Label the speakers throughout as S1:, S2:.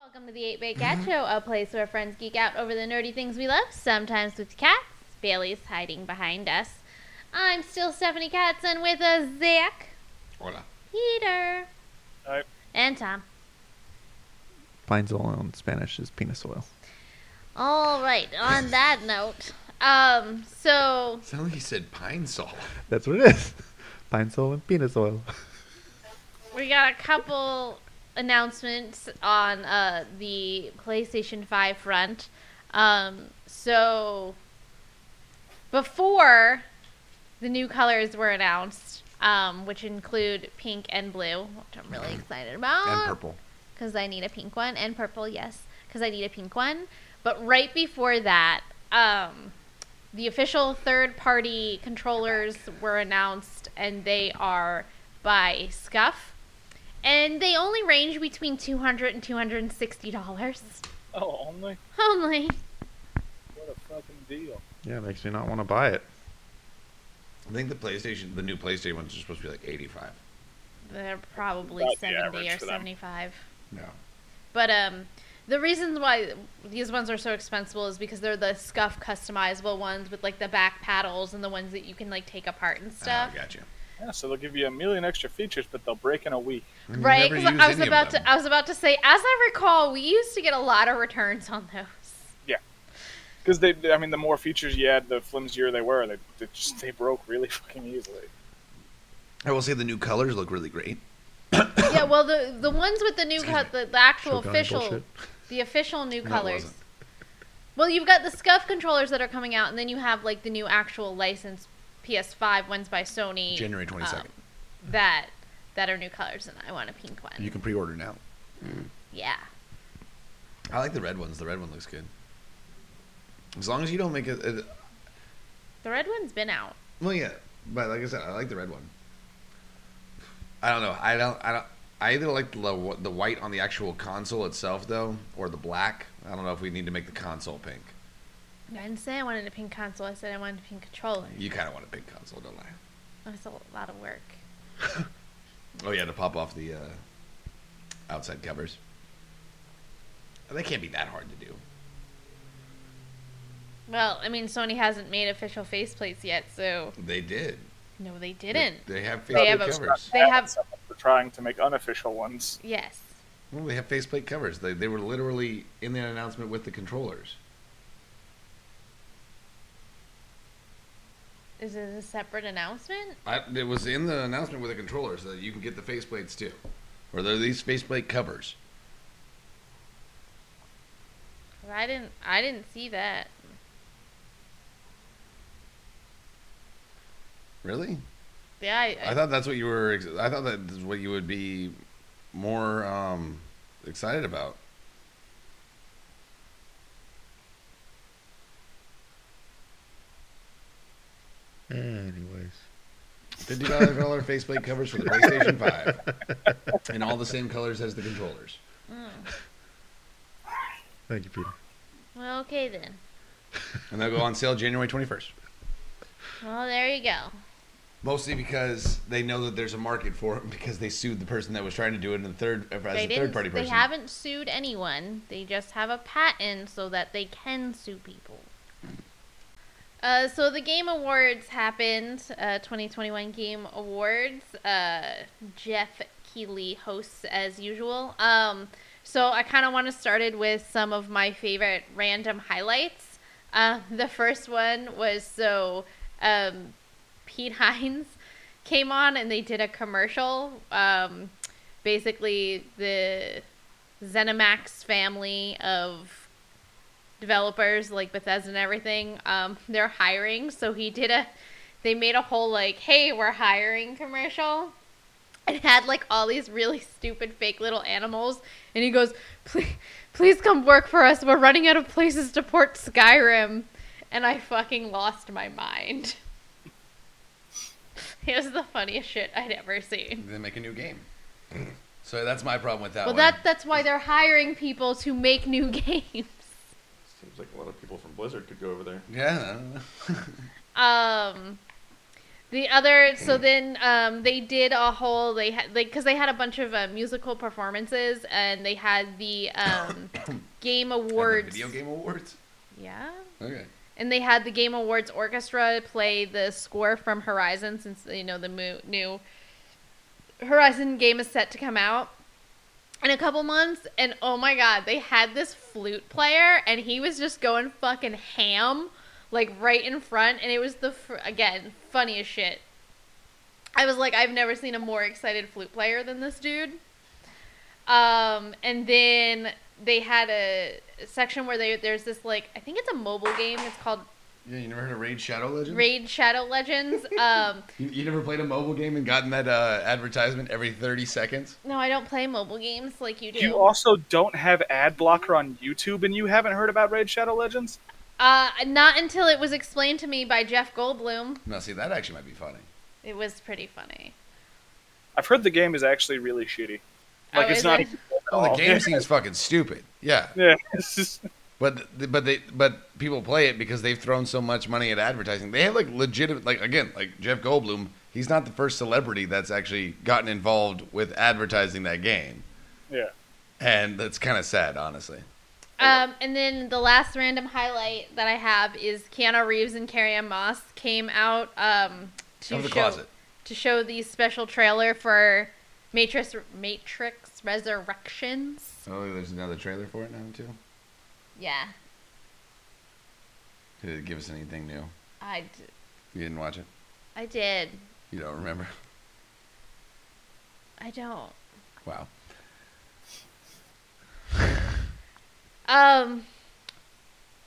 S1: Welcome to the Eight Way Cat Show, a place where friends geek out over the nerdy things we love, sometimes with cats. Bailey's hiding behind us. I'm still Stephanie Katz, and with us, Zach,
S2: Hola.
S1: Peter,
S3: Hi.
S1: and Tom.
S4: Pinezol in Spanish is penis oil.
S1: All right. On that note, um, so
S2: Sound like you said pine sol.
S4: That's what it is. Pinezol and penis oil.
S1: we got a couple announcements on uh, the PlayStation 5 front. Um, so before the new colors were announced, um, which include pink and blue, which I'm really excited about
S2: Mm-hmm. And purple.
S1: because I need a pink one, and purple, yes, because I need a pink one. But right before that, um, the official third party controllers were announced, and they are by Scuff. And they only range between 200 and $260
S3: Oh, only?
S1: only.
S3: What a fucking deal.
S4: Yeah, makes me not want to buy it.
S2: I think the PlayStation, the new PlayStation ones are supposed to be like 85.
S1: They're probably
S3: About the
S1: 70
S3: average
S1: or
S3: for them.
S1: 75.
S2: No.
S1: But um, the reasons why these ones are so expensive is because they're the scuff customizable ones with like the back paddles and the ones that you can like take apart and stuff.
S2: I got you.
S3: Oh, Yeah, so they'll give you a million extra features, but they'll break in a week.
S2: And you
S1: right?
S2: never
S1: 'Cause
S2: use
S1: I was
S2: any of
S1: about
S2: them.
S1: to I was about to say, as I recall, we used to get a lot of returns on those.
S3: Because they, I mean, the more features you add, the flimsier they were. They, they just they broke really fucking easily.
S2: I will say the new colors look really great.
S1: yeah, well, the the ones with the new
S2: Excuse
S1: cut,
S2: me.
S1: the, the actual
S4: Shogun
S1: official,
S4: bullshit.
S1: the official new
S2: it
S1: colors.
S2: wasn't.
S1: Well, you've got the scuff controllers that are coming out, and then you have like the new actual licensed PS5 ones by Sony.
S2: January 22nd.
S1: um, that that are new colors, and I want a pink one.
S2: you can pre order now.
S1: Yeah.
S2: I like the red ones. The red one looks good. As long as you don't make it. it
S1: The red one's been out.
S2: well, yeah. But like I said, I like the red one. I don't know. I don't. I don't. I either like the, the white on the actual console itself, though, or the black. I don't know if we need to make the console pink.
S1: I didn't say I wanted a pink console. I said I wanted a pink controller.
S2: You kind of want a pink console, don't I?
S1: It was a lot of work.
S2: Oh yeah, to pop off the uh, outside covers. They can't be that hard to do.
S1: Well, I mean, Sony hasn't made official faceplates yet, so
S2: They did.
S1: no,
S2: They-
S1: they didn't.
S2: They, have
S1: They have
S2: faceplate
S1: a-
S2: covers.
S1: They have-
S3: They're trying to make unofficial ones.
S1: Yes.
S2: Well, they have faceplate covers. They, they were literally in that announcement with the controllers.
S1: Is it a separate announcement?
S2: I, it was in the announcement with the controllers that you can get the faceplates too, or there are these faceplate covers.
S1: 'Cause I didn't. I didn't see that.
S2: Really?
S1: Yeah. I,
S2: I thought that's what you were. ex- I thought that's what you would be more um, excited about.
S4: Anyways.
S2: Fifty-five dollar faceplate covers for the PlayStation Five, in all the same colors as the controllers.
S4: Thank you, Peter.
S1: well, okay then.
S2: and they'll go on sale January 21st.
S1: Well, there you go.
S2: Mostly because they know that there's a market for it because they sued the person that was trying to do it in the third uh, as
S1: they
S2: a third party person.
S1: They haven't sued anyone. They just have a patent so that they can sue people. Uh, so the Game Awards happened, uh, 2021 Game Awards. Uh, Jeff Keighley hosts as usual. Um, so I kind of want to started with some of my favorite random highlights. Uh, the first one was so um, Pete Hines came on and they did a commercial. Um, basically, the ZeniMax family of developers, like Bethesda and everything, um, they're hiring. So he did a, they made a whole like, hey, we're hiring commercial. And had like all these really stupid fake little animals, and he goes, "Please, please come work for us. We're running out of places to port Skyrim," and I fucking lost my mind. It was the funniest shit I'd ever seen.
S2: They make a new game. So that's my problem with that
S1: Well,
S2: one.
S1: that that's why they're hiring people to make new games.
S5: Seems like a lot of people from Blizzard could go over there.
S2: yeah.
S1: Um, The other, so
S2: Mm.
S1: then um, they did a whole they had they because they had a bunch of uh, musical performances and they had the um, game awards.
S2: Video game awards.
S1: Yeah,
S2: Okay.
S1: and they had the game awards orchestra play the score from Horizon since you know the mo- new Horizon game is set to come out in a couple months. And oh my god, they had this flute player and he was just going fucking ham, like right in front. And it was the fr- again funniest shit. I was like, I've never seen a more excited flute player than this dude. Um, and then they had a section where they there's this like I think it's a mobile game. It's called
S2: Yeah, you never heard of Raid Shadow Legends?
S1: Raid Shadow Legends. Um,
S2: You, you never played a mobile game and gotten that uh, advertisement every 30 seconds?
S1: no, I don't play mobile games like you do.
S3: You also don't have ad blocker on YouTube, and you haven't heard about Raid Shadow Legends?
S1: uh, not until it was explained to me by Jeff Goldblum.
S2: No, see, that actually might be funny.
S1: It was pretty funny.
S3: I've heard the game is actually really shitty. Like
S1: Oh,
S3: it's
S1: is
S3: not.
S1: it?
S3: even
S2: Oh, the
S3: good at
S2: game
S3: all.
S2: seems fucking stupid. Yeah,
S3: Yeah, it's just
S2: but but they but people play it because they've thrown so much money at advertising. They have like legitimate like again like Jeff Goldblum. He's not the first celebrity that's actually gotten involved with advertising that game,
S3: yeah.
S2: and that's kind of sad, honestly.
S1: Um, and then the last random highlight that I have is Keanu Reeves and Carrie Ann Moss came out um, to
S2: Of the
S1: show
S2: closet.
S1: to show the special trailer for Matrix Matrix Resurrections.
S2: Oh, there's another trailer for it now too.
S1: Yeah,
S2: Did it give us anything new?
S1: I d-
S2: You didn't watch it.
S1: I did.
S2: You don't remember?
S1: I don't.
S2: Wow.
S1: Um,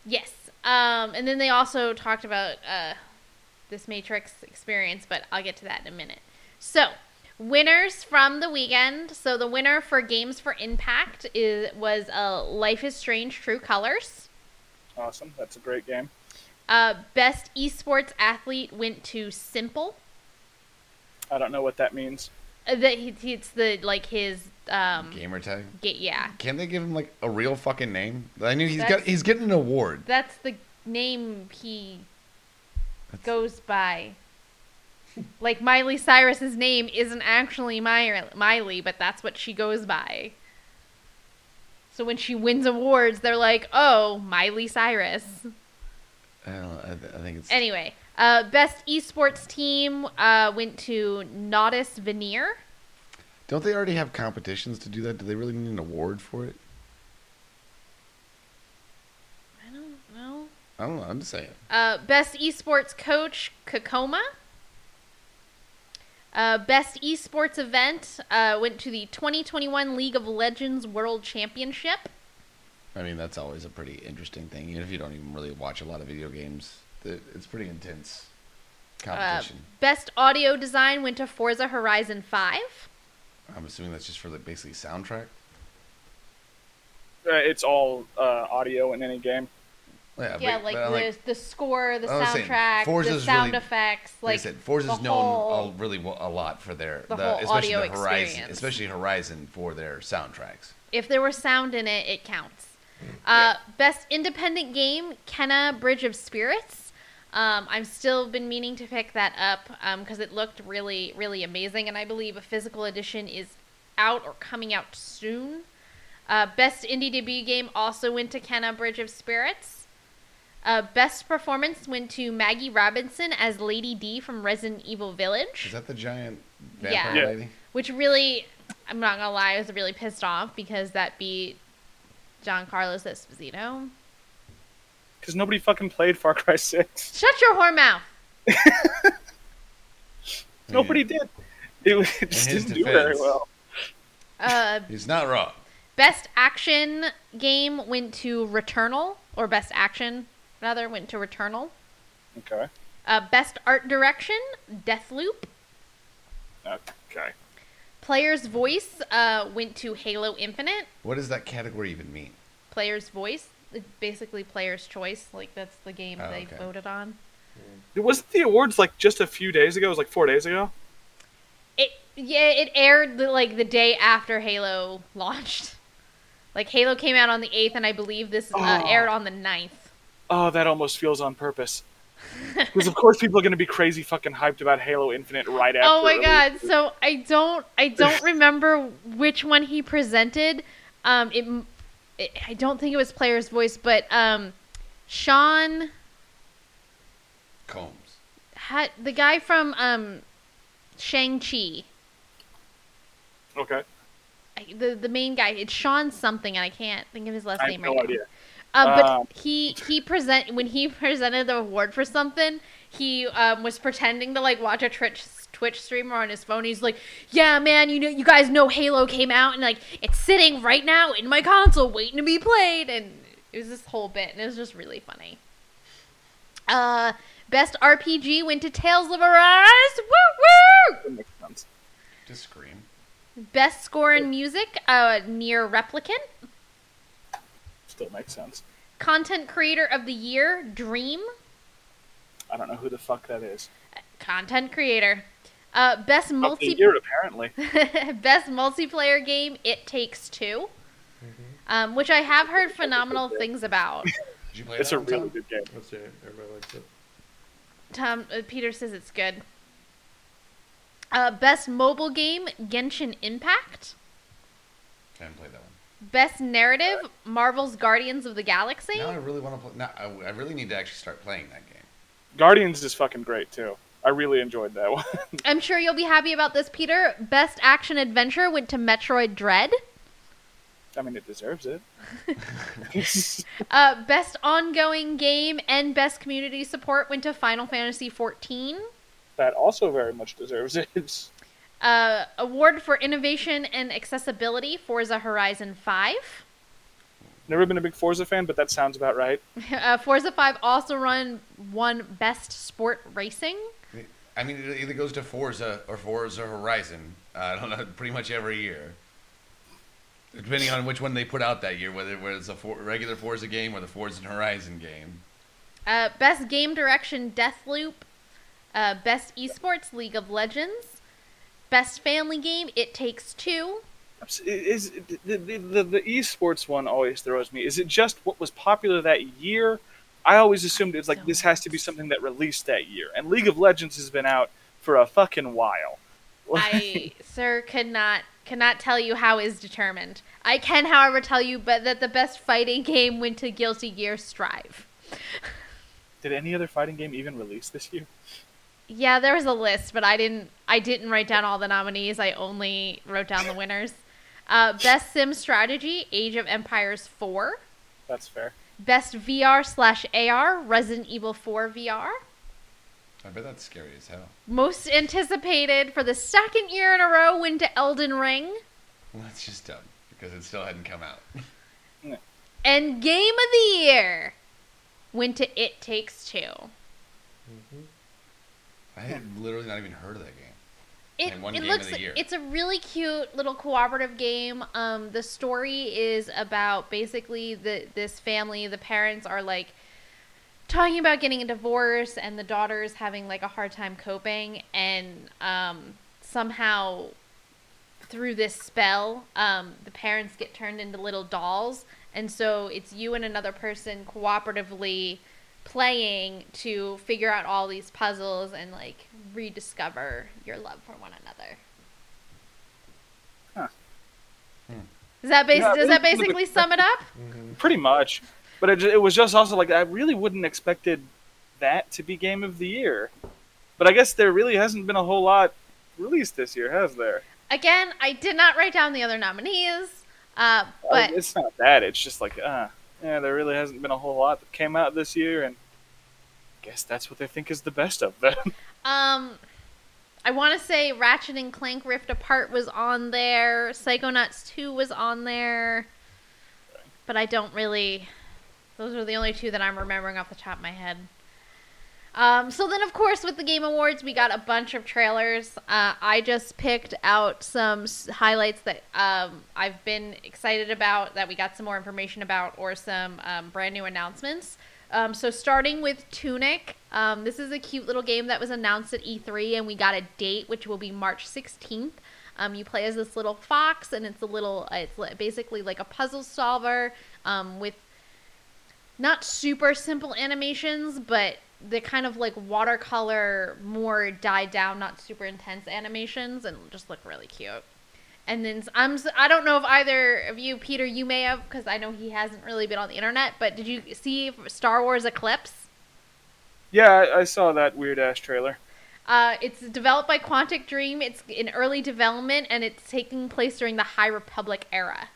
S1: yes. Um, and then they also talked about uh, this Matrix experience, but I'll get to that in a minute. So, winners from the weekend. So the winner for Games for Impact is was uh, Life is Strange: True Colors.
S3: Awesome. That's a great game.
S1: Uh, best esports athlete went to Simple.
S3: I don't know what that means.
S1: Uh, that he, he- it's the like his um,
S2: Gamer tag.
S1: ga- yeah.
S2: Can they give him like a real fucking name? I knew he's got
S1: That's-
S2: he's getting an award.
S1: That's the name he goes by. like Miley Cyrus's name isn't actually Miley, Miley, but that's what she goes by. So when she wins awards, they're like, "Oh, Miley Cyrus."
S2: I, don't know, I, th- I think it's
S1: Anyway, uh, best esports team uh, went to Nautis Veneer.
S2: Don't they already have competitions to do that? Do they really need an award for it?
S1: I don't know.
S2: I don't know. I'm just saying.
S1: Uh, best esports coach, Kakoma. Uh, best esports event uh, went to the 2021 League of Legends World Championship.
S2: I mean, that's always a pretty interesting thing, even if you don't even really watch a lot of video games. It- It's pretty intense
S1: Uh,
S2: competition.
S1: best audio design went to Forza Horizon 5. Uh,
S2: I'm assuming that's just for like basically soundtrack.
S3: Uh, It's all uh, audio in any game.
S1: yeah,
S2: but-
S1: like
S2: but
S1: the,
S2: I'm
S1: the score, the
S2: I was saying,
S1: soundtrack, the
S2: Forza's
S1: sound
S2: really-
S1: effects.
S2: like
S1: Like
S2: I said, Forza's
S1: the
S2: known
S1: whole-
S2: a, really wa- a lot for their
S1: the whole
S2: especially
S1: audio
S2: the Horizon,
S1: experience.
S2: especially Horizon for their soundtracks.
S1: if there was sound in it, it counts. Uh, Best independent game, Kenna Bridge of Spirits. Um, I've still been meaning to pick that up because it looked really, really amazing, and I believe a physical edition is out or coming out soon. Uh, best indie debut game also went to Kenna Bridge of Spirits. Uh, best performance went to Maggie Robinson as Lady D from Resident Evil Village
S2: Is that the giant
S1: Yeah.
S2: vampire
S3: Yeah.
S2: lady?
S1: which really i'm not gonna lie i was really pissed off because that beat john carlos esposito
S3: Because nobody fucking played Far Cry 6.
S1: shut your whore mouth
S3: Nobody did. It, was- it just
S2: his
S3: didn't do very
S2: defense.
S3: well.
S1: uh,
S2: He's not wrong.
S1: best action game went to returnal or best action rather went to returnal
S3: Okay.
S1: uh, best art direction deathloop
S3: Okay.
S1: player's voice uh, went to halo infinite
S2: What does that category even mean?
S1: player's voice it's basically player's choice like that's the game
S2: Oh,
S1: they
S2: okay.
S1: voted on
S3: It wasn't the awards like just a few days ago. It was like four days ago.
S1: It yeah, it aired the, like the day after Halo launched. Like Halo came out on the eighth, and I believe this uh,
S3: Oh.
S1: aired on the 9th.
S3: Oh, that almost feels on purpose. Because of course people are going to be crazy fucking hyped about Halo Infinite right after.
S1: oh my
S3: release.
S1: god so i don't i don't remember which one he presented um it, m- it i don't think it was player's voice but um sean
S2: Combs.
S1: had the guy from um shang-chi
S3: Okay,
S1: I- the the main guy it's sean something and i can't think of his last
S3: I have
S1: name
S3: no
S1: right
S3: idea.
S1: now uh, but
S3: Um,
S1: he he present when he presented the award for something he um, was pretending to like watch a twitch twitch streamer on his phone he's like yeah man you know you guys know halo came out and like it's sitting right now in my console waiting to be played and it was this whole bit and it was just really funny uh best rpg went to tales of arise woo woo
S3: That makes sense.
S2: Just scream.
S1: Best score in music, uh, near replicant.
S3: Still makes sense.
S1: Content creator of the year, Dream.
S3: I don't know who the fuck that is.
S1: Content creator. Uh, best
S3: Of the
S1: multi
S3: year apparently.
S1: best multiplayer game, It Takes 2 um, which I have heard phenomenal things about.
S2: Did you play
S3: It's
S2: that
S3: a
S2: one,
S3: really
S2: Tom?
S3: good game.
S5: Let's see it. Everybody likes it.
S1: Tom uh, Peter says it's good. Uh, best mobile game, Genshin Impact.
S2: I haven't played that one.
S1: Best narrative, Marvel's Guardians of the Galaxy.
S2: Now I really want to play. Now I, I really need to actually start playing that game.
S3: Guardians is fucking great too. I really enjoyed that one.
S1: I'm sure you'll be happy about this, Peter. Best action adventure went to Metroid Dread.
S3: I mean, it deserves it.
S1: Uh, best ongoing game and best community support went to Final Fantasy XIV.
S3: that also very much deserves it.
S1: Uh, award for innovation and accessibility Forza Horizon 5.
S3: Never been a big Forza fan, but that sounds about right.
S1: Uh, Forza 5 also run won best sport racing.
S2: I mean, it either goes to Forza or Forza Horizon. Uh, I don't know, pretty much every year. Depending on which one they put out that year, whether, whether it's a for, regular Forza game or the Forza Horizon game.
S1: Uh, best game direction Deathloop. Uh, best esports League of Legends. Best family game It Takes Two.
S3: Is the, the, the, the esports one always throws me? Is it just what was popular that year? I always assumed it's like this has to be something that released that year. And League of Legends has been out for a fucking while.
S1: I, sir, could not cannot tell you how is determined. I can, however, tell you, but that the best fighting game went to Guilty Gear Strive.
S3: Did any other fighting game even release this year?
S1: Yeah, there was a list, but I didn't. I didn't write down all the nominees. I only wrote down the winners. Uh, best Sim Strategy: Age of Empires 4.
S3: That's fair.
S1: Best VR slash AR: Resident Evil 4 VR.
S2: I bet that's scary as hell.
S1: Most anticipated for the second year in a row went to Elden Ring.
S2: Well, that's just dumb because it still hadn't come out.
S1: And game of the year went to It Takes Two.
S4: Mm-hmm,
S2: I had literally not even heard of that game.
S1: It,
S2: And one
S1: it
S2: game of
S1: looks
S2: the year.
S1: it's a really cute little cooperative game. Um, the story is about basically the this family. The parents are like talking about getting a divorce, and the daughter's having like a hard time coping. And um, somehow through this spell, um, the parents get turned into little dolls, and so it's you and another person cooperatively playing to figure out all these puzzles and like rediscover your love for one another.
S3: Huh.
S2: Hmm.
S1: Does that bas-
S3: Yeah,
S1: does that
S3: it's-
S1: basically sum it up?
S5: Mm-hmm.
S3: Pretty much. But it, it was just also like, I really wouldn't expected that to be game of the year. But I guess there really hasn't been a whole lot released this year, has there?
S1: Again, I did not write down the other nominees, uh, but
S3: it's not that. It's just like, uh, yeah, there really hasn't been a whole lot that came out this year, and I guess that's what they think is the best of them.
S1: um, I want to say Ratchet and Clank Rift Apart was on there, Psychonauts Two was on there, but I don't really. Those are the only two that I'm remembering off the top of my head. Um, so then, of course, with the Game Awards, we got a bunch of trailers. Uh, I just picked out some s- highlights that um, I've been excited about, that we got some more information about, or some um, brand new announcements. Um, so starting with Tunic, um, this is a cute little game that was announced at E3, and we got a date, which will be March 16th. Um, you play as this little fox, and it's a little, uh, it's li- basically like a puzzle solver um, with not super simple animations, but the kind of like watercolor, more died down, not super intense animations, and just look really cute. And then s- I'm s- I don't know if either of you, Peter, you may have because I know he hasn't really been on the internet. But did you see Star Wars Eclipse?
S3: Yeah, I, I saw that weird ass trailer.
S1: Uh, it's developed by Quantic Dream. It's in early development, and it's taking place during the High Republic era.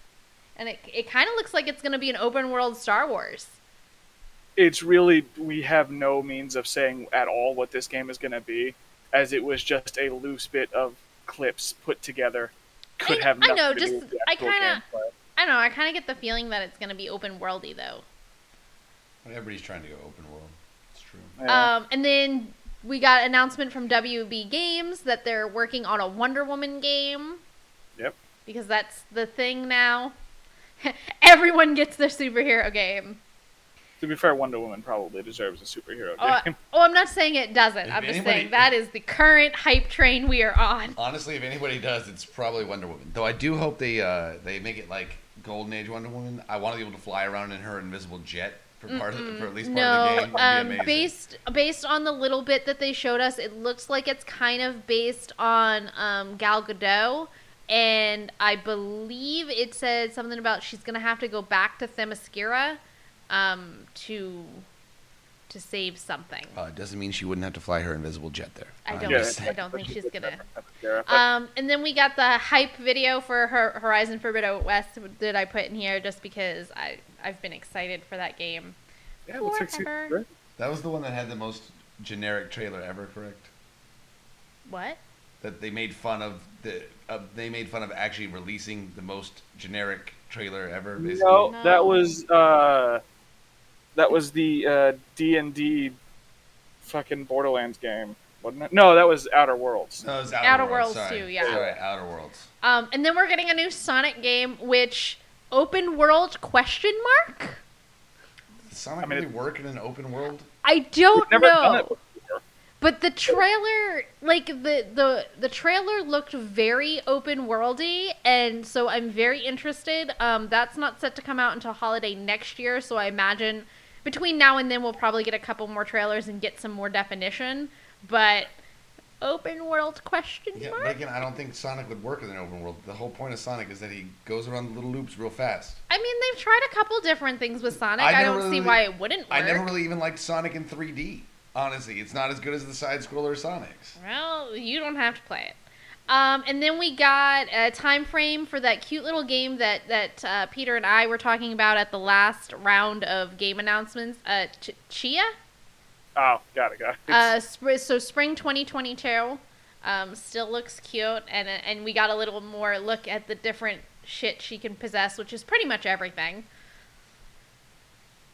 S1: And it, it kind of looks like it's going to be an open world Star Wars.
S3: It's really we have no means of saying at all what this game is going to be, as it was just a loose bit of clips put together. Could
S1: I-
S3: have
S1: I
S3: nothing
S1: know,
S3: to
S1: just-
S3: do with the
S1: I
S3: actual
S1: kinda-
S3: gameplay.
S1: I don't know. I kind of get the feeling that it's going to be open worldy though.
S2: Everybody's trying to go open world. It's true.
S3: Yeah.
S1: Um, and then we got an announcement from WB Games that they're working on a Wonder Woman game.
S3: Yep.
S1: Because that's the thing now. Everyone gets their superhero game.
S3: to be fair, Wonder Woman probably deserves a superhero
S1: Oh,
S3: game.
S1: oh, I'm not saying it doesn't.
S2: If
S1: I'm just
S2: anybody-
S1: saying that is the current hype train we are on.
S2: Honestly, if anybody does, it's probably Wonder Woman. Though I do hope they uh, they make it like Golden Age Wonder Woman. I want to be able to fly around in her invisible jet for part of the, for at least part of the game.
S1: No,
S2: It'd be
S1: um,
S2: amazing.
S1: based based on the little bit that they showed us, it looks like it's kind of based on um, Gal Gadot, and I believe it said something about she's gonna have to go back to Themyscira um, to to save something.
S2: Uh, it doesn't mean she wouldn't have to fly her invisible jet there.
S1: I
S2: I'm
S1: don't.
S2: just
S1: I
S2: saying.
S1: don't think she's gonna.
S3: Yeah, but
S1: Um, and then we got the hype video for Hor- Horizon Forbidden West that I put in here just because I I've been excited for that game.
S3: yeah, it looks like
S1: forever.
S3: super-
S2: That was the one that had the most generic trailer ever, correct?
S1: What?
S2: That they made fun of the uh, they made fun of actually releasing the most generic trailer ever. Basically.
S3: No,
S1: No.
S3: that was uh, that was the uh, D and D fucking Borderlands game, wasn't it? No, that was Outer Worlds.
S2: No, it was
S1: Outer
S2: Outer, Worlds,
S1: Worlds
S2: sorry.
S1: too, yeah.
S2: Sorry, Outer Worlds.
S1: Um, and then we're getting a new Sonic game, which open world question mark?
S2: Does Sonic
S3: I mean,
S2: really work in an open world?
S1: I
S2: Oh,
S1: don't
S3: Never done it
S1: know.
S3: before.
S1: But the trailer, like the the the trailer looked very open worldy, and so I'm very interested. Um, that's not set to come out until holiday next year, so I imagine between now and then we'll probably get a couple more trailers and get some more definition. But open world question
S2: Yeah,
S1: mark?
S2: but again, I don't think Sonic would work in an open world. The whole point of Sonic is that he goes around little loops real fast.
S1: I mean, they've tried a couple different things with Sonic.
S2: I
S1: I,
S2: never
S1: don't see
S2: really-
S1: why it wouldn't work.
S2: I never really even liked Sonic in 3D. Honestly, it's not as good as the side scroller Sonics.
S1: Well, you don't have to play it. Um, and then we got a time frame for that cute little game that that uh, Peter and I were talking about at the last round of game announcements. Uh, Ch- Chia.
S3: Oh, got it, got it.
S1: Uh, sp- so spring 2022 um, still looks cute, and uh, and we got a little more look at the different shit she can possess, which is pretty much everything.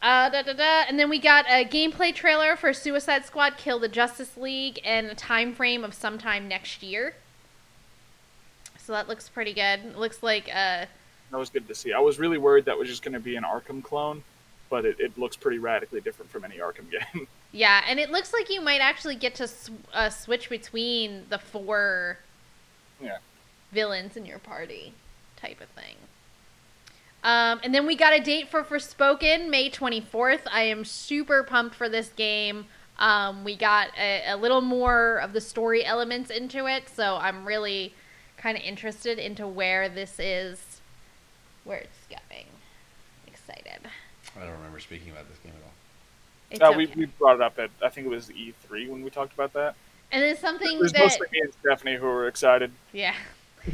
S1: Uh, da, da, da. And then we got a gameplay trailer for Suicide Squad: Kill the Justice League, and a time frame of sometime next year. So that looks pretty good. Looks like uh,
S3: that was good to see. I was really worried that was just going to be an Arkham clone, but it, it looks pretty radically different from any Arkham game.
S1: Yeah, and it looks like you might actually get to sw- uh, switch between the four
S3: Yeah.
S1: villains in your party, type of thing. Um, and then we got a date for For Spoken, May 24th. I am super pumped for this game. Um, we got a, a little more of the story elements into it, so I'm really kind of interested into where this is, where it's going. Excited.
S2: I
S3: Mm.
S2: don't remember speaking about this game at all.
S1: It's
S3: Uh,
S1: okay.
S3: we, we brought it up at I think it was E3 when we talked about that.
S1: and then something
S3: It was
S1: that
S3: mostly me and Stephanie who were excited.
S1: yeah.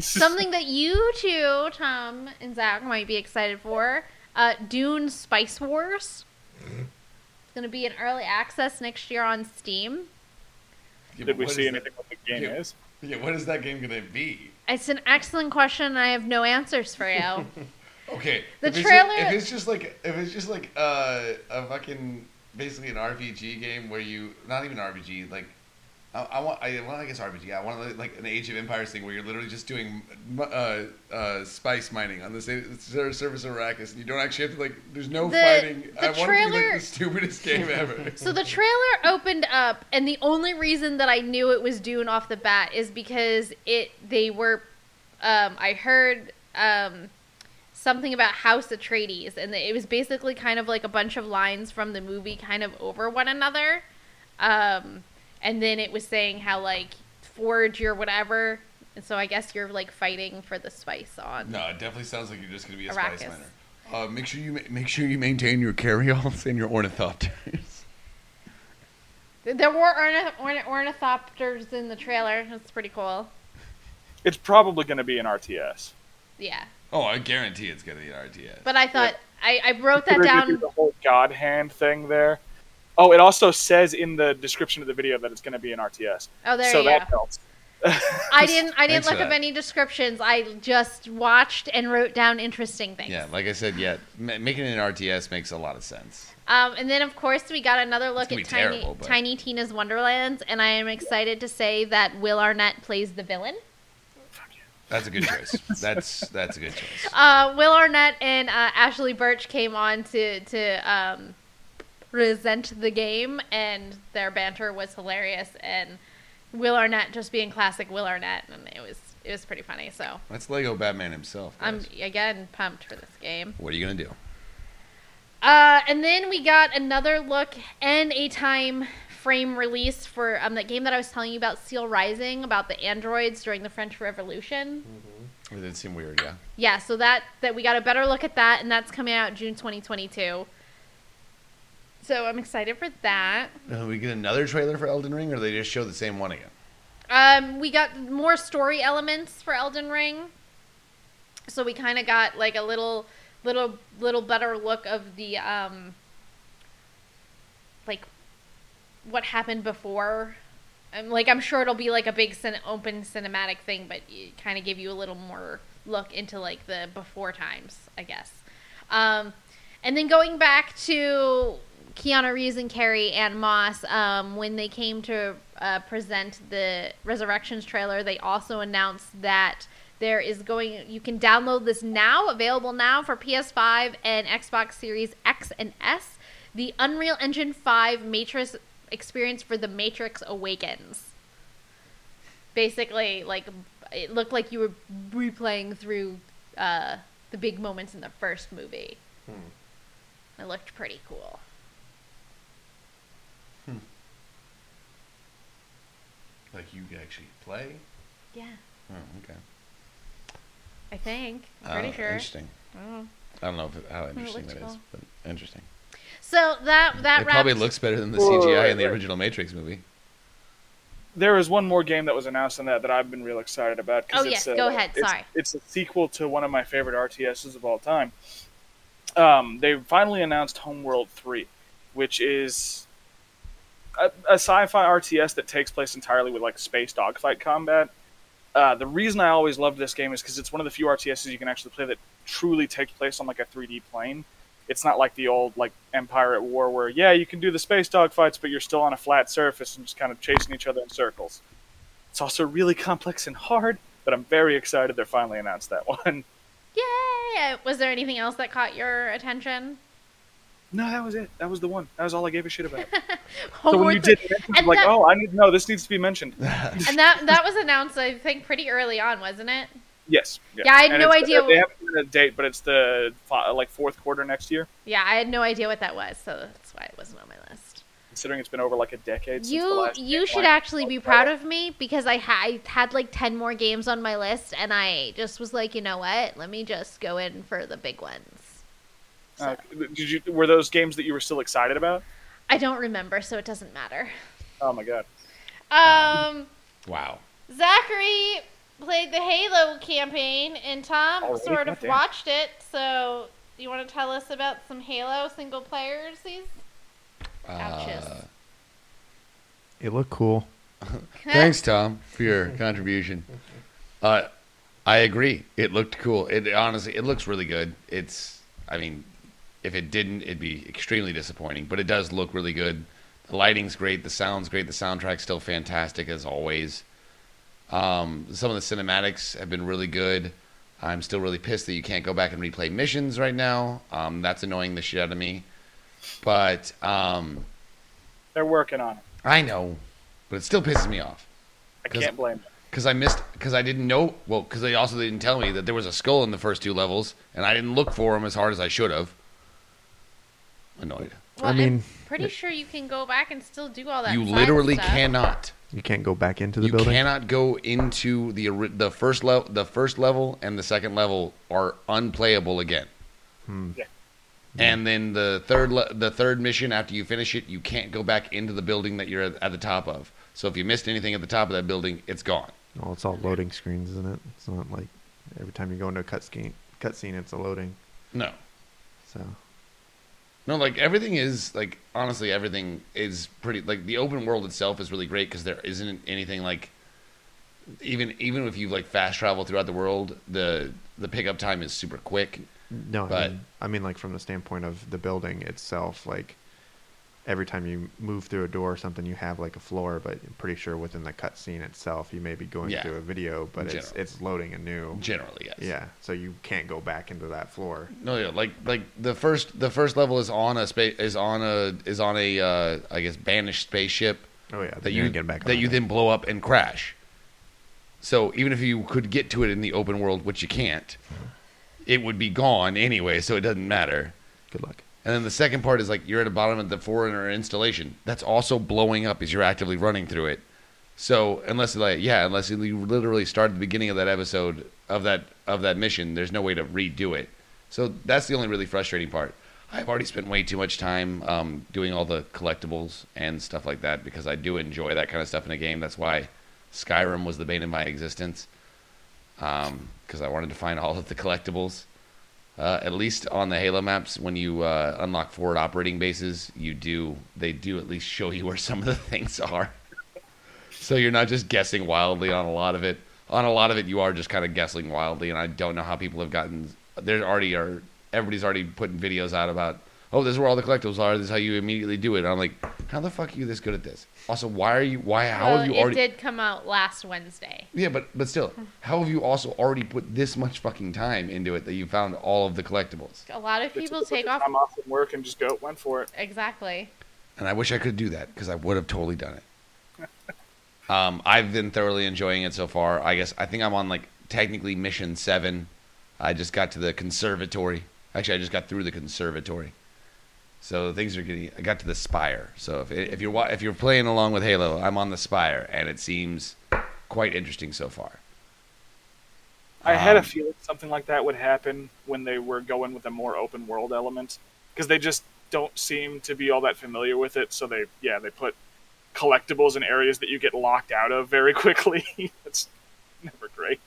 S1: Something that you two, Tom and Zach, might be excited for uh, Dune Spice Wars. It's going to be in early access next year on Steam.
S2: Yeah, but
S3: Did we
S2: what
S3: see
S2: is
S3: anything what the game
S2: Yeah.
S3: is?
S2: That, yeah, what is that game gonna be?
S1: It's an excellent question, and I have no answers for you.
S2: Okay.
S1: The
S2: if it's ju-
S1: trailer-
S2: if it's just like if it's just like uh, a fucking basically an RPG game where you not even RPG like I, I want I want I guess RPG I want like an Age of Empires thing where you're literally just doing mu- uh, uh, spice mining on the sa- sur- surface of Arrakis and you don't actually have to like there's no
S1: The-
S2: fighting.
S1: the
S2: I want it to be like
S1: trailer-
S2: the stupidest game ever.
S1: so the trailer opened up, and the only reason that I knew it was Dune off the bat is because it they were. Um, I heard um, something about House Atreides, and it was basically kind of like a bunch of lines from the movie, kind of over one another. Um, and then it was saying how like forge your whatever, and so I guess you're like fighting for the spice on.
S2: No, it definitely sounds like you're just going to be a
S1: Arrakis.
S2: spice miner. Uh, make sure you ma- make sure you maintain your carryalls and your ornithopters.
S1: There were ornith- ornith- ornithopters in the trailer. That's pretty cool.
S3: It's probably going to be an RTS.
S1: Yeah,
S2: Oh, I guarantee it's going to be an RTS.
S1: but I thought I, I wrote that
S3: Considering you
S1: down.
S3: did The whole God hand thing there. Oh, it also says in the description of the video that it's going to be an RTS.
S1: Oh, there
S3: so
S1: you go.
S3: that helps.
S1: I didn't. I didn't
S2: Thanks for
S1: look up
S2: that.
S1: any descriptions. I just watched and wrote down interesting things.
S2: yeah, like I said, yeah, ma- making it an RTS makes a lot of sense.
S1: Um, and then of course we got another look
S2: gonna
S1: at
S2: be
S1: Tiny
S2: terrible, but-
S1: Tiny Tina's Wonderlands, and I am excited to say that Will Arnett plays the villain.
S2: That's a good choice. that's that's a good choice.
S1: Uh, Will Arnett and uh, Ashley Birch came on to to um, present the game, and their banter was hilarious. And Will Arnett just being classic Will Arnett, and it was it was pretty funny. So
S2: That's Lego Batman himself.
S1: I'm
S2: guys.
S1: again pumped for this game.
S2: What are you going to do?
S1: Uh, and then we got another look and a time frame release for um, that game that I was telling you about, Seal Rising, about the androids during the French Revolution.
S4: Mm. mm-hmm.
S2: It did seem weird, yeah.
S1: Yeah, so that that we got a better look at that, and that's coming out June 2022. So I'm excited for that.
S2: Uh, we get another trailer for Elden Ring, or they just show the same one again?
S1: Um, we got more story elements for Elden Ring. So we kind of got like a little, little, little better look of the um, like what happened before. I'm like I'm sure it'll be like a big cin- open cinematic thing, but kind of give you a little more look into like the before times, I guess. Um, and then going back to Keanu Reeves and Carrie Ann Moss, um, when they came to uh, present the Resurrections trailer, they also announced that there is going. You can download this now, available now for PS5 and Xbox Series X and S. The Unreal Engine 5 Matrix experience for The Matrix Awakens. Basically, like it looked like you were replaying through uh, the big moments in the first movie. It looked pretty cool.
S2: Like you could actually play?
S1: Yeah,
S2: Oh, okay.
S1: I think. I'm pretty
S2: Uh,
S1: sure.
S2: Interesting.
S1: I don't know.
S2: I don't know if, how interesting
S1: looks
S2: that is,
S1: cool.
S2: but interesting.
S1: So that that
S2: it
S1: wraps.
S2: probably looks better than the
S3: Whoa,
S2: CGI
S3: wait,
S2: in the
S3: wait.
S2: original Matrix movie.
S3: There is one more game that was announced on that that I've been real excited about. 'cause
S1: Oh,
S3: it's
S1: yes,
S3: a-
S1: go ahead,
S3: it's-
S1: sorry.
S3: It's a sequel to one of my favorite RTSs of all time. Um, they finally announced Homeworld 3, which is a, a sci-fi RTS that takes place entirely with like space dogfight combat. Uh, the reason I always loved this game is because it's one of the few RTSs you can actually play that truly takes place on like a 3D plane. It's not like the old like Empire at War where yeah you can do the space dogfights but you're still on a flat surface and just kind of chasing each other in circles. It's also really complex and hard, but I'm very excited they finally announced that one.
S1: Yay! Uh, Was there anything else that caught your attention?
S3: No, that was it. That was the one. That was all I gave a shit about. so
S1: Homework
S3: when you did, mention, I'm
S1: Oh, and
S3: like,
S1: that-
S3: oh, I need no, this needs to be mentioned.
S1: and that that was announced, I think, pretty early on, wasn't it?
S3: Yes.
S1: Yeah, I had
S3: And
S1: no
S3: it's- uh,
S1: idea
S3: They
S1: what-
S3: haven't given a date, but it's the fi- like fourth quarter next year.
S1: Yeah, I had no idea what that was, so that's why it wasn't on my list.
S3: Considering it's been over like a decade. since the
S1: you
S3: last
S1: you
S3: game
S1: should
S3: launch.
S1: actually be proud of me because I, ha- I had like 10 more games on my list and I just was like, you know what? Let me just go in for the big ones.
S3: Uh, did you were those games that you were still excited about?
S1: I don't remember, so it doesn't matter.
S3: Oh my god.
S1: Um,
S2: Wow.
S1: Zachary played the Halo campaign, and Tom
S3: Alright,
S1: sort of
S3: goddamn.
S1: watched it. So, you want to tell us about some Halo single players? Ouches.
S2: Uh,
S4: It looked cool.
S2: Thanks, Tom, for your contribution. Uh, I agree. It looked cool. It honestly, it looks really good. It's, I mean, if it didn't, it'd be extremely disappointing. But it does look really good. The lighting's great. The sound's great. The soundtrack's still fantastic as always. Um, some of the cinematics have been really good. I'm still really pissed that you can't go back and replay missions right now. Um, that's annoying the shit out of me. But um,
S3: They're working on it.
S2: I know, but it still pisses me off.
S3: I
S2: 'Cause-
S3: can't blame them.
S2: because I missed because I didn't know. Well, because they also didn't tell me that there was a skull in the first two levels, and I didn't look for him as hard as I should have. Annoyed.
S4: I mean,
S1: am pretty sure you can go back and still do all that.
S2: You
S1: side
S2: literally
S1: stuff.
S2: cannot.
S4: You can't go back into the
S2: You
S4: building.
S2: cannot go into the ori- the first level. The first level and the second level are unplayable again.
S4: Hmm.
S3: Yeah.
S2: And then the third le- the third mission after you finish it, you can't go back into the building that you're at, at the top of. So if you missed anything at the top of that building, it's gone.
S4: Well, it's all loading screens, isn't it? It's not like every time you go into a cutscene, cutscene, it's a loading.
S2: No,
S4: So
S2: No, like everything is like honestly, everything is pretty like the open world itself is really great because there isn't anything like even even if you like fast travel throughout the world, the the pickup time is super quick.
S4: no, I,
S2: But-
S4: mean, I mean like from the standpoint of the building itself, like every time you move through a door or something, you have like a floor. But I'm pretty sure within the cutscene itself, you may be going
S2: Yeah.
S4: through a video, but it's
S2: General.
S4: it's loading anew.
S2: Generally, yes.
S4: Yeah, so you can't go back into that floor.
S2: No, yeah, like like the first the first level is on a space is on a is on a uh, I guess banished spaceship
S4: Oh yeah,
S2: that
S4: you're
S2: you
S4: gonna get back on
S2: that you
S4: thing.
S2: then blow up and crash. So even if you could get to it in the open world, which you can't, it would be gone anyway. So it doesn't matter.
S4: Good luck.
S2: And then the second part is like you're at the bottom of the foreigner installation. That's also blowing up as you're actively running through it. So unless like yeah, unless you literally start at the beginning of that episode of that of that mission, there's no way to redo it. So that's the only really frustrating part. I've already spent way too much time um, doing all the collectibles and stuff like that because I do enjoy that kind of stuff in a game. That's why Skyrim was the bane of my existence because um, I wanted to find all of the collectibles. Uh, at least on the Halo maps, when you uh, unlock forward operating bases, you do they do at least show you where some of the things are. so you're not just guessing wildly on a lot of it. On a lot of it, you are just kind of guessing wildly, and I don't know how people have gotten. There already are everybody's already putting videos out about. Oh, this is where all the collectibles are. This is how you immediately do it. And I'm like, how the fuck are you this good at this? Also, why are you? Why? How
S1: Well,
S2: have you
S1: it
S2: already?
S1: did come out last Wednesday.
S2: Yeah, but but still, how have you also already put this much fucking time into it that you found all of the collectibles?
S1: A lot of people
S3: It's-
S1: take off.
S3: I'm off from work and just go. Went for it.
S1: Exactly.
S2: And I wish I could do that because I would have totally done it. um, I've been thoroughly enjoying it so far. I guess I think I'm on like technically mission seven. I just got to the conservatory. Actually, I just got through the conservatory. So things are getting. I got to the spire. So if if you're wa- if you're playing along with Halo, I'm on the spire, and it seems quite interesting so far.
S3: I had a
S2: Um,
S3: feeling something like that would happen when they were going with a more open world element because they just don't seem to be all that familiar with it. So they, yeah, they put collectibles in areas that you get locked out of very quickly. That's never great.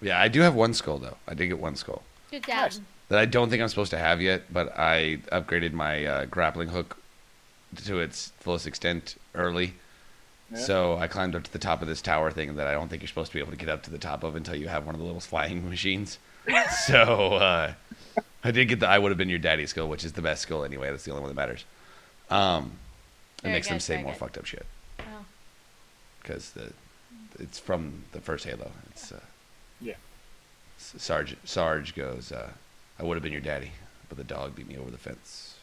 S2: Yeah, I do have one skull though. I did get one skull.
S1: Good job.
S3: Nice.
S2: that I don't think I'm supposed to have yet, but I upgraded my uh, grappling hook to its fullest extent early.
S3: Yeah.
S2: So I climbed up to the top of this tower thing that I don't think you're supposed to be able to get up to the top of until you have one of the little flying machines. so uh, I did get the I would have been your daddy skill, which is the best skill anyway. That's the only one that matters. Um, it
S1: Very
S2: makes them
S1: good,
S2: say
S1: very
S2: more
S1: good.
S2: fucked up shit
S1: Oh.
S2: because the it's from the first Halo. It's uh,
S3: Yeah.
S2: S- Sarge Sarge goes, uh, "I would have been your daddy, but the dog beat me over the fence."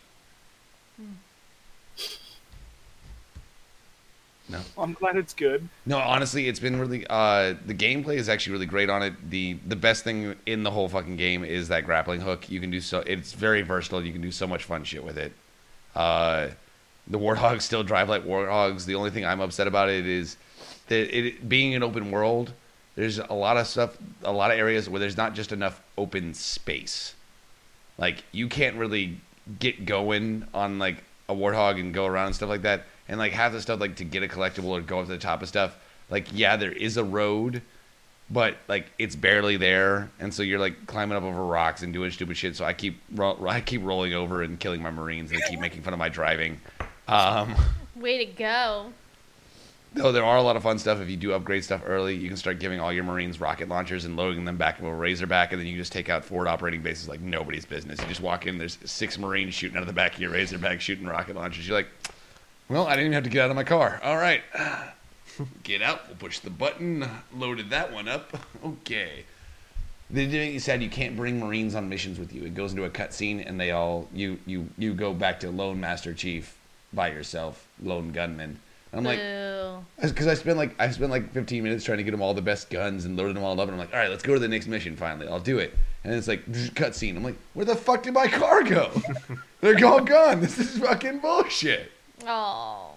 S2: No,
S3: Well, I'm glad it's good.
S2: no. Honestly, it's been really uh, the gameplay is actually really great on it. the The best thing in the whole fucking game is that grappling hook. You can do so. It's very versatile. You can do so much fun shit with it. Uh, the warthogs still drive like warthogs. The only thing I'm upset about it is that it being an open world. There's a lot of stuff, a lot of areas where there's not just enough open space. Like you can't really get going on like a warthog and go around and stuff like that. And like half the stuff, like to get a collectible or go up to the top of stuff. Like yeah, there is a road, but like it's barely there, and so you're like climbing up over rocks and doing stupid shit. So I keep ro- I keep rolling over and killing my marines. and They keep making fun of my driving. Um,
S1: Way to go.
S2: though there are a lot of fun stuff if you do upgrade stuff early. You can start giving all your marines rocket launchers and loading them back into a razorback, and then you can just take out forward operating bases like nobody's business. You just walk in, there's six marines shooting out of the back of your razorback, shooting rocket launchers. You're like, well, I didn't even have to get out of my car. All right, get out. We'll push the button. Loaded that one up. Okay. They did you said you can't bring Marines on missions with you. It goes into a cutscene, and they all you you you go back to Lone Master Chief by yourself, Lone Gunman. And I'm like,
S1: Boo.
S2: because I spent like I spent like 15 minutes trying to get them all the best guns and loaded them all up, and I'm like, all right, let's go to the next mission. Finally, I'll do it. And it's like cutscene. I'm like, where the fuck did my car go? They're all gone. This is fucking bullshit.
S1: Oh,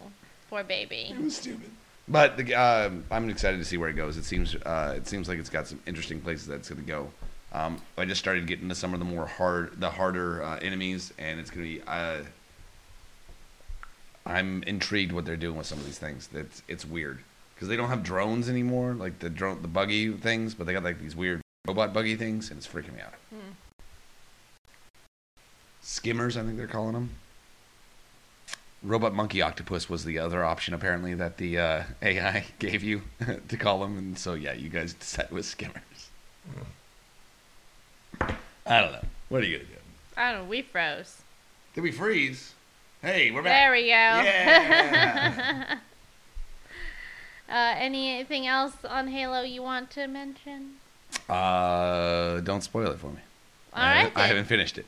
S1: poor baby.
S2: It was stupid. But the, um I'm excited to see where it goes. It seems uh, it seems like it's got some interesting places that's going to go. Um, I just started getting to some of the more hard, the harder uh, enemies, and it's going to be. Uh, I'm intrigued what they're doing with some of these things. That's it's weird because they don't have drones anymore, like the drone, the buggy things, but they got like these weird robot buggy things, and it's freaking me out.
S1: Hmm.
S2: Skimmers, I think they're calling them. Robot monkey octopus was the other option apparently that the uh, AI gave you to call them, and so yeah, you guys decided with skimmers. I don't know. What are you gonna do?
S1: I don't know. We froze.
S2: Did we freeze? Hey, we're
S1: There
S2: back.
S1: we go.
S2: Yeah.
S1: uh, anything else on Halo you want to mention?
S2: Uh, don't spoil it for me.
S1: All
S2: I,
S1: right.
S2: I
S1: then.
S2: haven't finished it.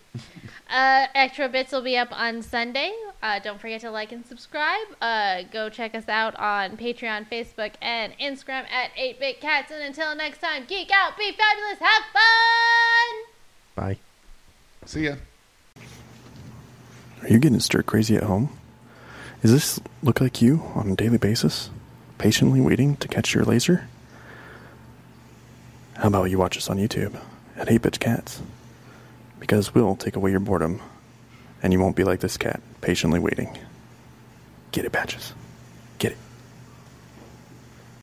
S1: Uh, extra bits will be up on Sunday. Uh, don't forget to like and subscribe. Uh, go check us out on Patreon, Facebook, and Instagram at 8 Cats. And until next time, geek out, be fabulous, have fun!
S4: Bye.
S2: See ya.
S5: Are you getting stir crazy at home? Does this look like you on a daily basis, patiently waiting to catch your laser? How about you watch us on YouTube at 8 Bitch Cats? Because we'll take away your boredom, and you won't be like this cat, patiently waiting. Get it, Patches. Get it.